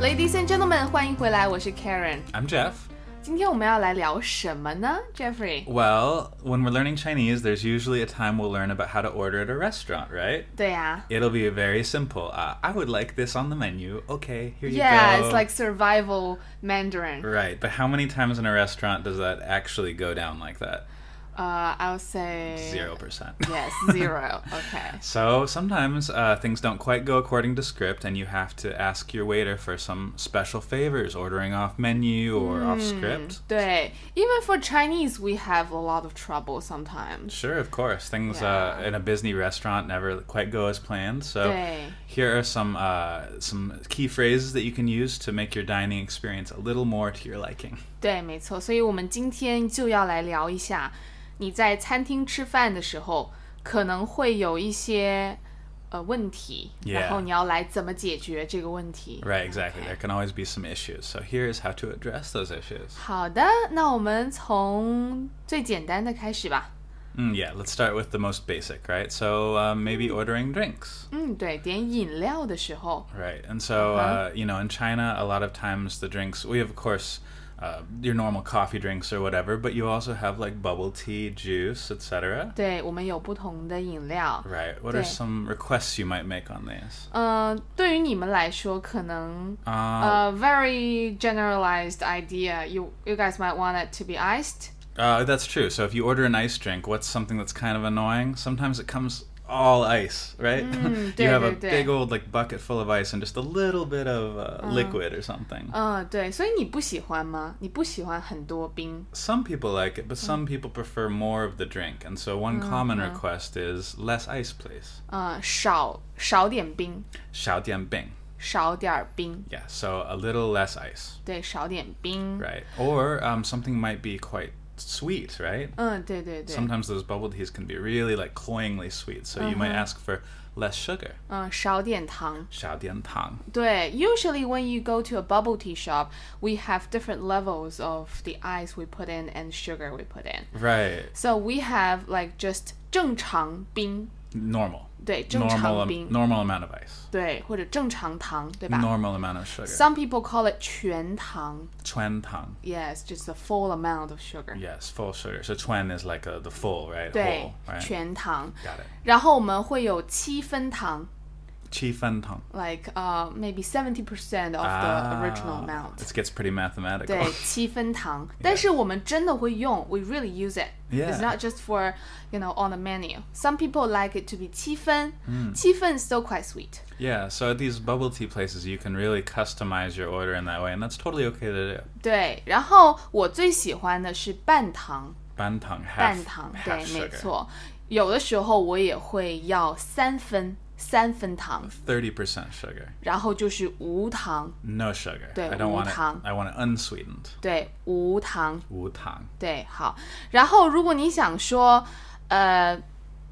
Ladies and gentlemen，欢迎回来，我是 Karen。 I'm Jeff. 今天我们要来聊什么呢，Jeffrey？哦 Well, when we're learning Chinese, there's usually a time we'll learn about how to order at a restaurant, right? 对呀、 It'll be very simple. Uh, I would like this on the menu. Okay, here you Yeah, go. Er it's like survival Mandarin. Right, but how many times in a restaurant does that actually go down like that? Uh, I'll say Zero percent. Yes, zero. Okay. So sometimes uh, things don't quite go according to script, and you have to ask your waiter for some special favors, ordering off menu or off Hmm. script. 对，even for Chinese, we have a lot of trouble sometimes. Sure, of course. Things uh, Yeah. in a busy restaurant never quite go as planned. So Right. here are some uh, some key phrases that you can use to make your dining experience a little more to your liking. 对，没错。所以我们今天就要来聊一下，你在餐厅吃饭的时候可能会有一些呃问题 Yeah. 然后你要来怎么解决这个问题。 Right, exactly. Okay. There can always be some issues. So here is how to address those issues. 好的，那我们从最简单的开始吧。 Mm, yeah, let's start with the most basic, right? So um, maybe ordering drinks. 嗯，对，点饮料的时候， Right. And so, uh, Uh-huh. you know, in China, a lot of times the drinks, we have, of course, uh, your normal coffee drinks or whatever, but you also have like bubble tea, juice, etc. 对我们有不同的饮料。 Right. What Yeah. are some requests you might make on these? 嗯、对于你们来说，可能 Uh, a very generalized idea. You you guys might want it to be iced. uh, that's true. So if you order an ice drink, what's something that's kind of annoying? Sometimes it comes all ice, right? Mm, you have a 对，对，对。 big old like bucket full of ice and just a little bit of uh, Uh-huh. liquid or something. 嗯，对，所以你不喜欢吗？你不喜欢很多冰 Some people like Uh-huh. it, but some people prefer more of the drink. And so one common request is less ice, please. 啊、呃少少点冰， Xiaodianbing. 少点儿冰， Yeah, so a little less ice, 对，少点冰。 right? Or um, something might be quite sweet, right? 嗯，对对对，嗯、 Sometimes those bubble teas can be really like cloyingly sweet, so you Uh-huh. might ask for less sugar. 嗯少点糖。 Xiaodiantang. 对，usually when you go to a bubble tea shop, we have different levels of the ice we put in and sugar we put in. Right. So we have like just 正常冰， Normal. 对，正 Normal um, 常 am- 冰， normal amount of ice. 对，或者正常糖，对吧 Normal amount of sugar. ？Some people call it 全糖 Chuan tang. ，yes, just the full amount of sugar. Yes, full sugar. So chuan is like a, the full, right? 对 Whole,，right? 全糖。 Got it. 然后我们会有七分糖 Qi fen tang. ，like uh maybe seventy percent of the Ah, original amount。 This gets pretty mathematical. 对，七分糖。但是我们真的会用，we really use it. Yeah. It's not just for you know on the menu. Some people like it to be 七分，嗯七分 is still quite sweet. Yeah, so at these bubble tea places, you can really customize your order in that way, and that's totally okay to do. 对，然后我最喜欢的是半糖， Bantang, half, 半糖， half 对，没 sugar. 错。有的时候我也会要三分，三分糖， 30% sugar. 然后就是无糖， No sugar. 对， I don't want it. 无糖。 I want it unsweetened. 对，无糖。无糖.对，好。然后如果你想说，呃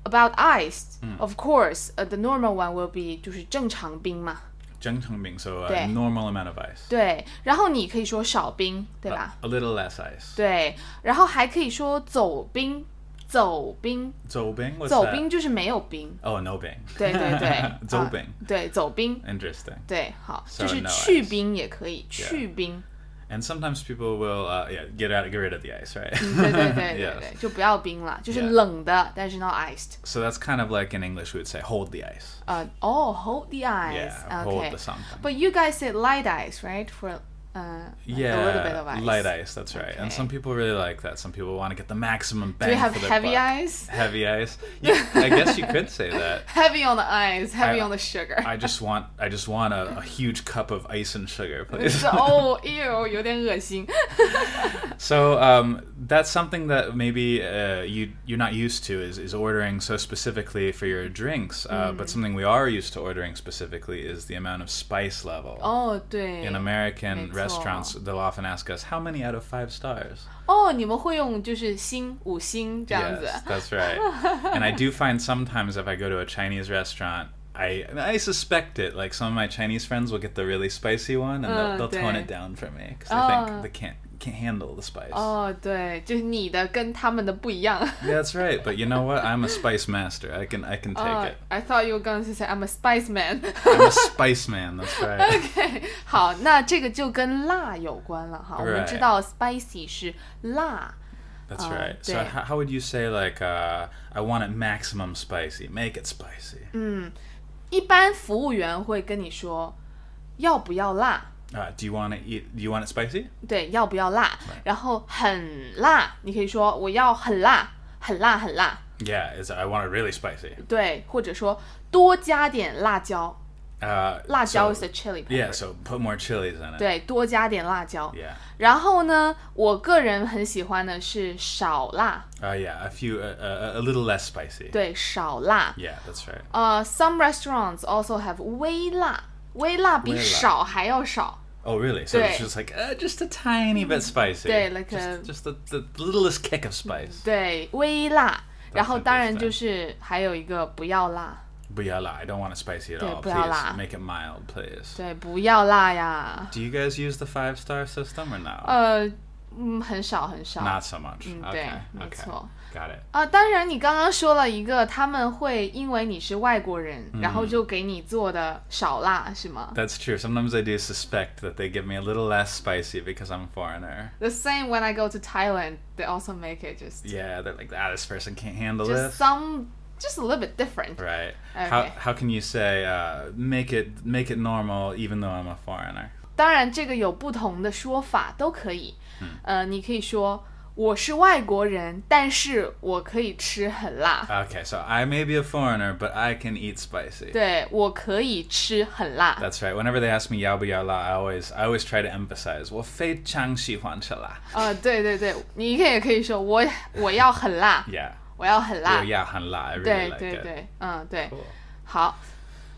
，about ice，of、course，呃、t h e normal one will be 就是正常冰嘛，整成冰, so a 对。 normal amount of ice. 对。然后你可以说少冰，对 A, 吧？ a little less ice. 对。然后还可以说走冰，走冰，走冰, what's 走 that? 冰就是没有冰， Oh, no bing. 对对对 ，走啊冰对，走冰。 Interesting. 对，好， So 就是 no 去 ice 冰也可以，去冰， And sometimes people will, uh, yeah, get out, get rid of the ice, right? 对对对对 Yes. 对，就不要冰了，就是 Yeah 冷的，但是 not iced。 So that's kind of like in English we would say hold the ice. 呃，哦，hold Uh, oh, the eyes， Yeah, o hold k the something. But you guys said light eyes, right? For uh, Yeah, a little bit of eyes. light ice. That's right. Okay. And some people really like that. Some people want to get the maximum bang. Do you have for their heavy buck. eyes? Heavy ice. You, I guess you could say that. Heavy on the eyes, heavy I- on the sugar. I just want. I just want a, a huge cup of ice and sugar, please. 是哦，哎呦，oh, 有点恶心。So um, that's something that maybe uh, you you're not used to is, is ordering so specifically for your drinks. Uh, But something we are used to ordering specifically is the amount of spice level. 哦，对 In，没 American 错。 restaurants, they'll often ask us how many out of five stars. 哦，你们会用就是星五星这样子 Yes, that's right. and I do find sometimes if I go to a Chinese restaurant, I I suspect it. Like some of my Chinese friends will get the really spicy one, and Uh, they'll, they'll tone okay. it down for me because I Oh. think they can't can't handle the spice. 哦，对，就是你的跟他们的不一样。 Yeah, that's right. But you know what? I'm a spice master. I can I can take Oh, it. I thought you were going to say I'm a spice man. I'm a spice man. That's right. OK，好， 那这个就跟辣有关了哈。我们 Right. 知道 spicy 是辣， That's Oh, right. So damn. how, how would you say like uh, I want it maximum spicy? Make it spicy. Mm. 一般服务员会跟你说要不要辣， Uh, do you want to eat? Do you want it spicy? 对，要不要辣，然后很辣，你可以说我要很辣，很辣，很辣， Yeah, is I want it really spicy. 对，或者说多加点辣椒， Uh, 辣椒 is so- a chili pepper，、 Yeah, so put more chilies in it. 对，多加点辣椒。 Yeah. 然后呢，我个人很喜欢的是少辣， Uh, yeah, a few, uh, uh, a little less spicy. 对，少辣。 Yeah, that's right. 呃、s o m e restaurants also have 微辣，微辣比微辣少还要少。 Oh, really? So it's Doi. just like uh, just a tiny bit spicy. Doi, like just, a- just the, the littlest kick of spice. 对，微辣。然后 That's 当然就是还有一个不要辣， But yeah, la, I don't want it spicy at Doi, all. but Please yeah, la. make it mild, please. 对，不要辣呀。 Do you guys use the five star system or no? 呃，嗯，很少很少。 Not so much. 嗯，对 okay, 没 okay, 错。 got it. 啊，当然，你刚刚说了一个，他们会因为你是外国人，然后就给你做的少辣，是吗 That's true. Sometimes I do suspect that they give me a little less spicy because I'm a foreigner. ？The same when I go to Thailand, they also make it just Yeah, they're like, ah, this person can't handle just this. some just a little bit different. Right. How Okay. how can you say uh, make it make it normal even though I'm a foreigner? 当然，这个有不同的说法都可以。嗯呃，你可以说我是外国人，但是我可以吃很辣。 Okay, so I may be a foreigner, but I can eat spicy. 对，我可以吃很辣。 That's right. Whenever they ask me yao bu yao la, I always I always try to emphasize. Well, fei chang xi huan chi la. 呃，对对对，你可以也可以说我我要很辣， Yeah. 我要很辣 Yo。yao han la. I really 对 like 对 it. 对，嗯对 Cool.，好，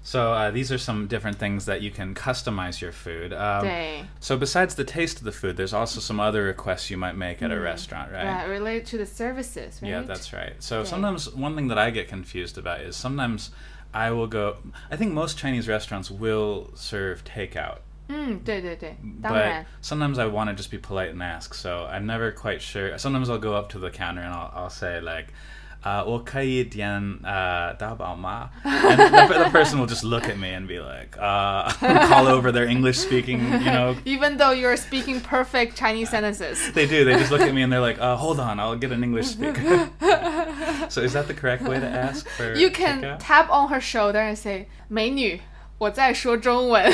So uh, these are some different things that you can customize your food. Um, 对 so besides the taste of the food, there's also some other requests you might make at a restaurant, right? r e l a t e to the services， Yeah, right? that's right. So sometimes one thing that I get confused about is sometimes I will go. I think most Chinese restaurants will serve takeout, 嗯，对对对，当然 but，sometimes I want to just be polite and ask. So I'm never quite sure. Sometimes I'll go up to the counter and I'll, I'll say like. Uh, 我可以点呃大宝吗 and the, the person will just look at me and be like, uh, call over their English speaking, you know, even though you're speaking perfect Uh, Chinese sentences， they do. They just look at me and they're like, uh, hold on, I'll get an English speaker. so is that the correct way to ask for You can takeout? tap on her shoulder and say，美女，我在说中文。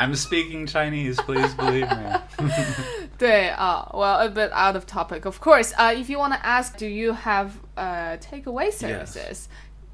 I'm speaking Chinese, please believe me. 对啊、w e l l a bit out of topic. Of course, uh, if you want to ask, do you have uh takeaway services?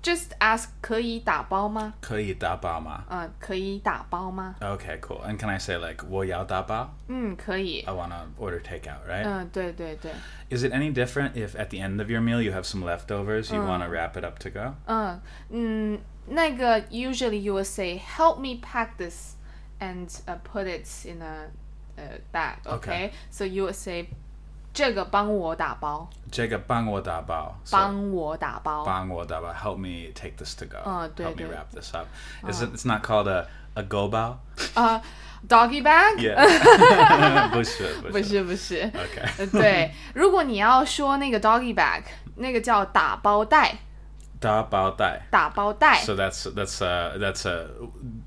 Just ask 可以打包吗？可以打包吗?嗯、可以打包吗？ Okay, cool. And can I say like 我要打包?嗯，可以 I。want to order takeout, right? 嗯、对对对， Is it any different if at the end of your meal you have some leftovers, you want to wrap it up to go? 嗯嗯，那个 usually you will say help me pack this and、uh, put it in a uh, bag. Okay? Okay. so you will say 这个帮我打包，这个帮我打包. So, 帮我打包。帮我打包. Help me take this to go. Oh, Help me 对，对。 wrap this up. Is it, it's not called a a go bao? 呃、d o g g y bag？、 Yeah. 不是，不是。不是不是。 Okay. 呃，对，如果你要说那个 doggy bag，那个叫打包袋，打包袋.打包袋。 So that's that's uh that's a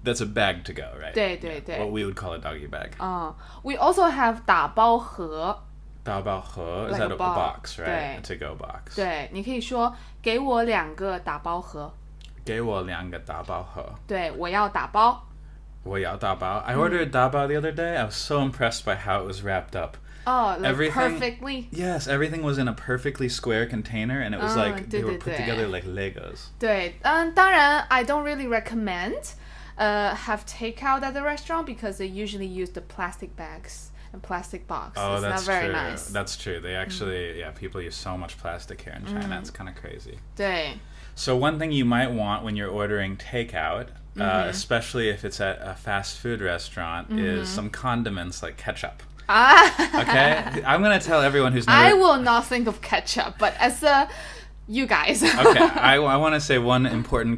that's a bag to go, right? 对对对 What we would call a doggy bag. 嗯，we also have 打包盒。打包盒 is Like a that a, a box. box, right? 对。 A to go box. 对，你可以说给我两个打包盒。给我两个打包盒。我要打包.对，我要打包。 I ordered dabao the other day. I was so impressed by how it was wrapped up. 哦、l i k e Everything- perfectly。 Yes, everything was in a perfectly square container, and it was Ah, like they were put 对，对，对。 together like Legos. 对，嗯，当然，I don't really recommend，呃、have takeout at the restaurant because they usually use the plastic bags and plastic box. Oh, It's not that's very true. nice. Mm. That's true. They actually, yeah, people use so much plastic here in China. It's kind of crazy. 对， So one thing you might want when you're ordering takeout, Mm-hmm. uh, especially if it's at a fast food restaurant, is some condiments like ketchup. 啊、 Okay, I'm gonna tell everyone who's never. I will not think of ketchup, but as a you guys. okay, I, want to say one important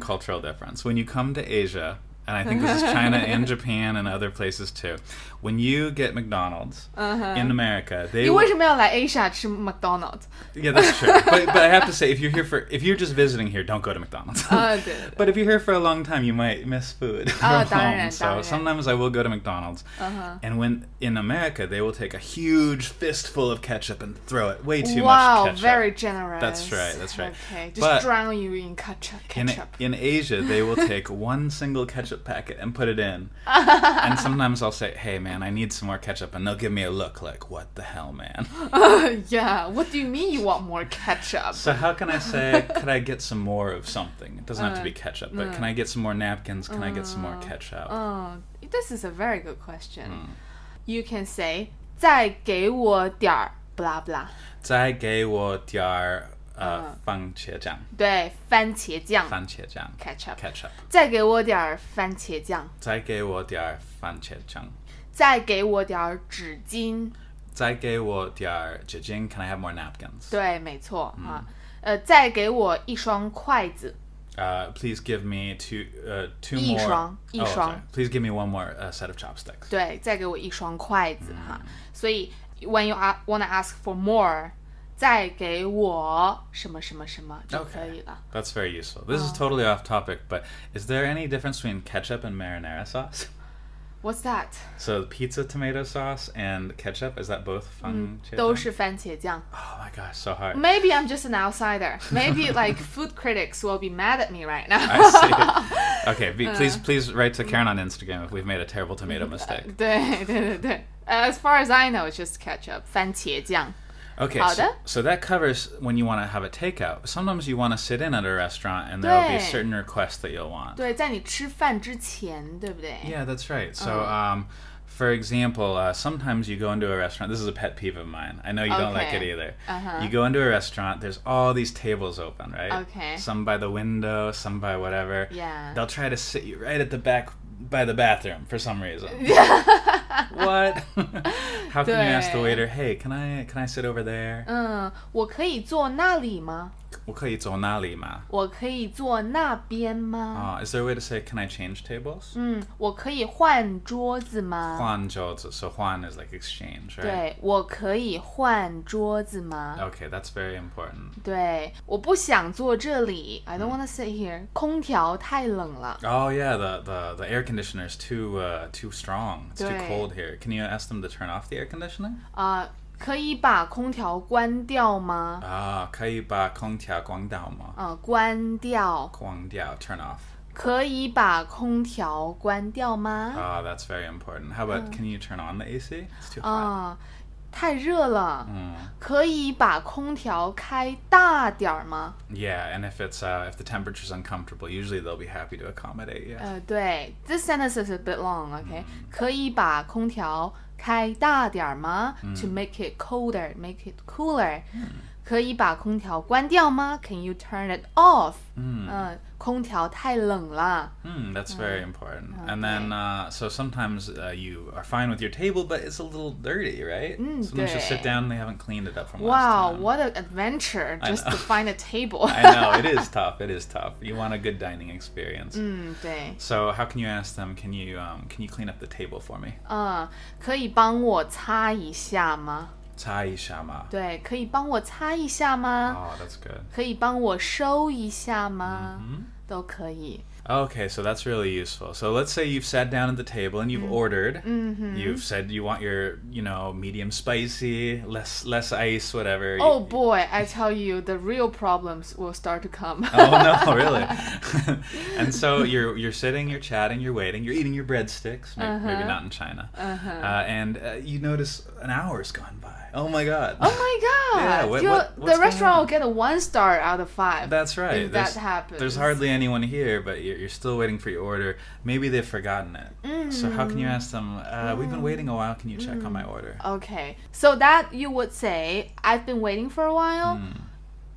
cultural difference. When you come to Asia, and I think this is China and Japan and other places too, when you get McDonald's Uh. in America, they 你 will- 为什么要来 Uh-huh. Asia 吃 McDonald's？ yeah, that's true. but, but I have to say, if you're here for if you're just visiting here, don't go to McDonald's. 啊，对对对， But if you're here for a long time, you might miss food Uh, Oh, from home. darn, So darn. Uh. sometimes I will go to McDonald's, Uh-huh. and when in America, they will take a huge fistful of ketchup and throw it way too wow, much ketchup. very generous. That's right, that's right. Okay, just But- drown you in ketchup. in, ketchup. in Asia, they will take one single ketchup packet and put it in. and sometimes I'll say, hey man, I need some more ketchup. And they'll give me a look like, what the hell, man? yeah, what do you mean you want more ketchup? So, how can I say, could I get some more of something? It doesn't have to be ketchup, but can I get some more napkins? Can I get some more ketchup? Um, this is a very good question. Hmm. You can say 再给我点儿 blah blah，uh, 再给我点儿呃番茄酱，番茄酱，对，番茄酱 ketchup， ketchup，再给我点儿番茄酱，再给我点儿纸巾，再给我点儿番茄酱，再给我点儿纸巾。Can I have more napkins? 对，没错、啊，呃，再给我一双筷子， Uh, please give me two, uh, two more. 一双， Oh, 一双。 sorry. Please give me one more uh, set of chopsticks. 对，再给我一双筷子哈。所以，when you a- wanna ask for more，再给我什么什么什么就可以了。 That's very useful. This is totally off topic, but is there any difference between ketchup and marinara sauce? What's that？ So pizza tomato sauce and ketchup is that both fun? 都是番茄酱。 Oh my gosh, so hard. Maybe I'm just an outsider. Maybe like food critics will be mad at me right now. I see. Okay, be, please please write to Karen on Instagram if we've made a terrible tomato mistake. 对对对对，As far as I know, it's just ketchup 番茄酱。 Okay, How so, the- so that covers when you want to have a takeout. Sometimes you want to sit in at a restaurant, and there will be Right. certain requests that you'll want. 对，在你吃饭之前，对不对 Yeah, that's right. So, Uh-huh. um, for example, uh, sometimes you go into a restaurant. This is a pet peeve of mine. I know you don't like it Okay. either. Uh-huh. You go into a restaurant. There's all these tables open, right? Okay. Some by the window, some by whatever. Yeah. They'll try to sit you right at the back by the bathroom for some reason. what? How can you ask the Right. waiter? Hey, can I can I sit over there? 嗯，我可以坐那里吗？我可以走哪里吗？我可以坐那边吗？ Uh, is there a way to say can I change tables? 嗯，我可以换桌子吗？换桌子, so 换 is like exchange, right? 对，啊我可以换桌子吗 Okay, that's very important. 对，我不想坐这里。I don't wanna sit here。空调太冷了。 Oh yeah, the the, the air conditioner's too uh, too strong. It's too 对。 cold here. Can you ask them to turn off the air conditioner? 啊、可以把空调关掉吗？ Ah, 可以把空调关掉吗？关掉,啊、关掉。 turn off. 可以把空调关掉吗？ Ah, that's very important. How Oh. about can you turn on the AC? It's too 啊、嗯 hot. 太热了。 Mm. 可以把空调开大点儿吗？ Yeah, and if it's uh, if the temperature's uncomfortable, usually they'll be happy to accommodate you. 呃，对，this sentence is a bit long. OK，、可以把空调开大点儿吗、t o make it colder, make it cooler、可以把空调关掉吗？Can you turn it off？嗯、空调太冷了。 Mm, that's Oh. very important. And then, uh, so sometimes uh, you are fine with your table, but it's a little dirty, right? sometimes you sit 对. down and they haven't cleaned it up from Mm, Wow, last time. what an adventure I just know. to find a table. I know, it is tough. It is tough. You want a good dining experience. 嗯，对， So how can you ask them? Can you um, can you clean up the table for me? 嗯，可以帮我擦一下吗？擦一下吗？对，可以帮我擦一下吗？ Oh, that's good. 可以帮我收一下吗？都可以。 Okay, so that's really useful. So let's say you've sat down at the table and you've Mm. ordered. Mm-hmm. You've said you want your, you know, medium spicy, less less ice, whatever. You- Oh boy, I tell you, the real problems will start to come. oh no, really? and so you're you're sitting, you're chatting, you're waiting, you're eating your breadsticks, maybe, Uh-huh. maybe not in China, uh and uh, you notice an hour's gone by. Oh my god! Oh my god! Yeah, what- You- what- what's the restaurant will going on? get a one star out of five. That's right. If there's, that happens. There's hardly anyone here, but you're, you're still waiting for your order. Maybe they've forgotten it. So how Mm. can you ask them? Uh, We've been waiting a while. Can you check on my order? Okay, so that you would say, I've been waiting for a while. Hmm.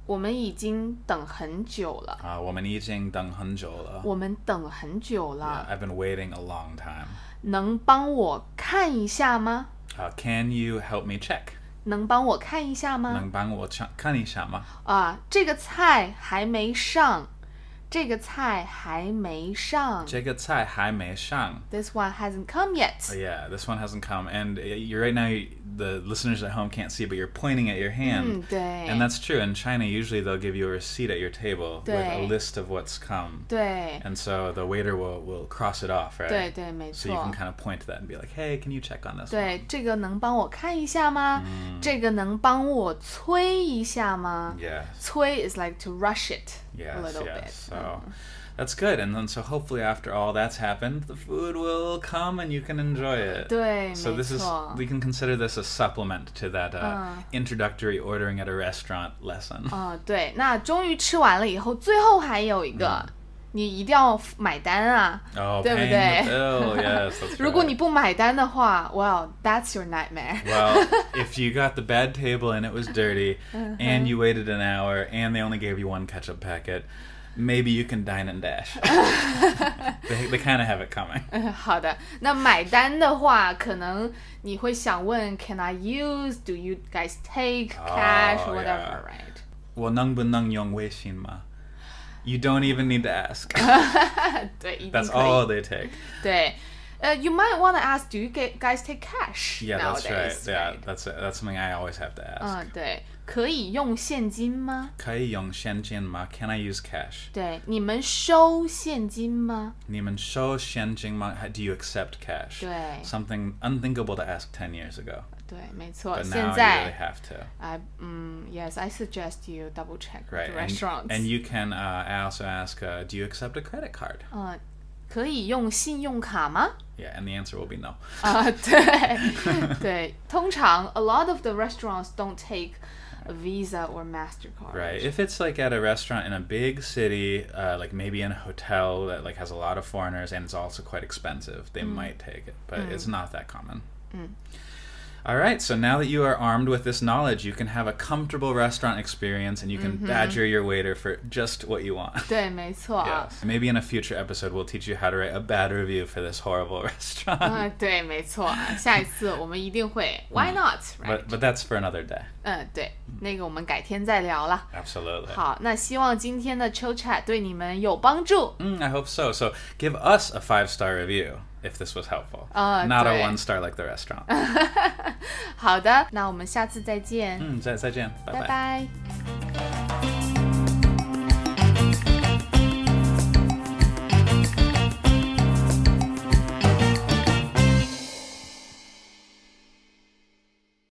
我们已经等很久了， Uh, 我们已经等很久了。我们等很久了 I've been waiting a long time. 能帮我看一下吗？ Uh, can you help me check? 能帮我看一下吗？能帮我看一下吗？啊，这个菜还没上，这个菜还没上。这个菜还没上. This one hasn't come yet. Oh, Yeah, this one hasn't come, and uh, you're right now. You, the listeners at home can't see, but you're pointing at your hand, 嗯，Mm，对。Oh, and that's true. In China, usually they'll give you a receipt at your table with a 对。 list of what's come, 对 and so the waiter will will cross it off, right? 对对，没 So you 错 can。kind of point to that and be like, "Hey, can you check on this?" 对，这个能帮我看一下吗？这个能帮我催一下吗 one?？Yes, 催 is like to rush it a yes, little bit. Uh-huh. yes. Uh, So that's good, and then so hopefully after all that's happened, the food will come and you can enjoy it. 对， So 没 this is 错。 we can consider this a supplement to that uh, Uh. introductory ordering at a restaurant lesson. 嗯，对，那终于吃完了以后，最后还有一 Mm。个，你一定要买单啊！ Oh, There we paying go. the bill. Yes, that's 如果 right. 你不买单的话，Well，that's your nightmare。 well, if you got the bad table and it was dirty, Uh-huh. and you waited an hour, and they only gave you one ketchup packet, maybe you can dine and dash. they they kind of have it coming. 好的，那买单的话，可能你会想问，Can I use? Do you guys take cash or Oh, whatever? yeah. Right? Well, nung bun nung yong wei xin ma. You don't even need to ask. 对，一定 That's 可 all 以。 they take. 对，呃、y o u might want to ask, Do you get- guys take cash Yeah, nowadays? that's right. Yeah, right? Uh, that's that's something I always have to ask. 嗯，对，可以用现金吗？可以用现金吗? Can I use cash? 对，你们收现金吗？你们收现金吗? Do you accept cash? 对 Something unthinkable to ask 10 years ago. 对，没错。 But 现 now you 在 really have to. I um yes, I suggest you double check with Right. the and- restaurants. And, you can uh, I also ask, uh, do you accept a credit card? 嗯，可以用信用卡吗？ Yeah, and the answer will be no. 啊，对对，通常 a lot of the restaurants don't take a Visa or Mastercard. Right. If it's like at a restaurant in a big city, uh, like maybe in a hotel that like has a lot of foreigners and it's also quite expensive, Mm. they might take it, but it's not that common. All right. So now that you are armed with this knowledge, you can have a comfortable restaurant experience and you Mm-hmm. can badger your waiter for just what you want. 对，没错啊。 Yes. Maybe in a future episode, we'll teach you how to write a bad review for this horrible restaurant. 嗯，对，没错啊。下一次我们一定会。Why not? Right？嗯 But but that's for another day. 嗯，对，那个我们改天再聊了。 Absolutely. 好，那希望今天的 Chill Chat 对你们有帮助。 Mm, I hope so. So give us a five star review if this was helpful. Uh, Not a great. one star like the restaurant. Hmm, 好的，那我们下次再见，嗯，再再见，拜拜拜。拜。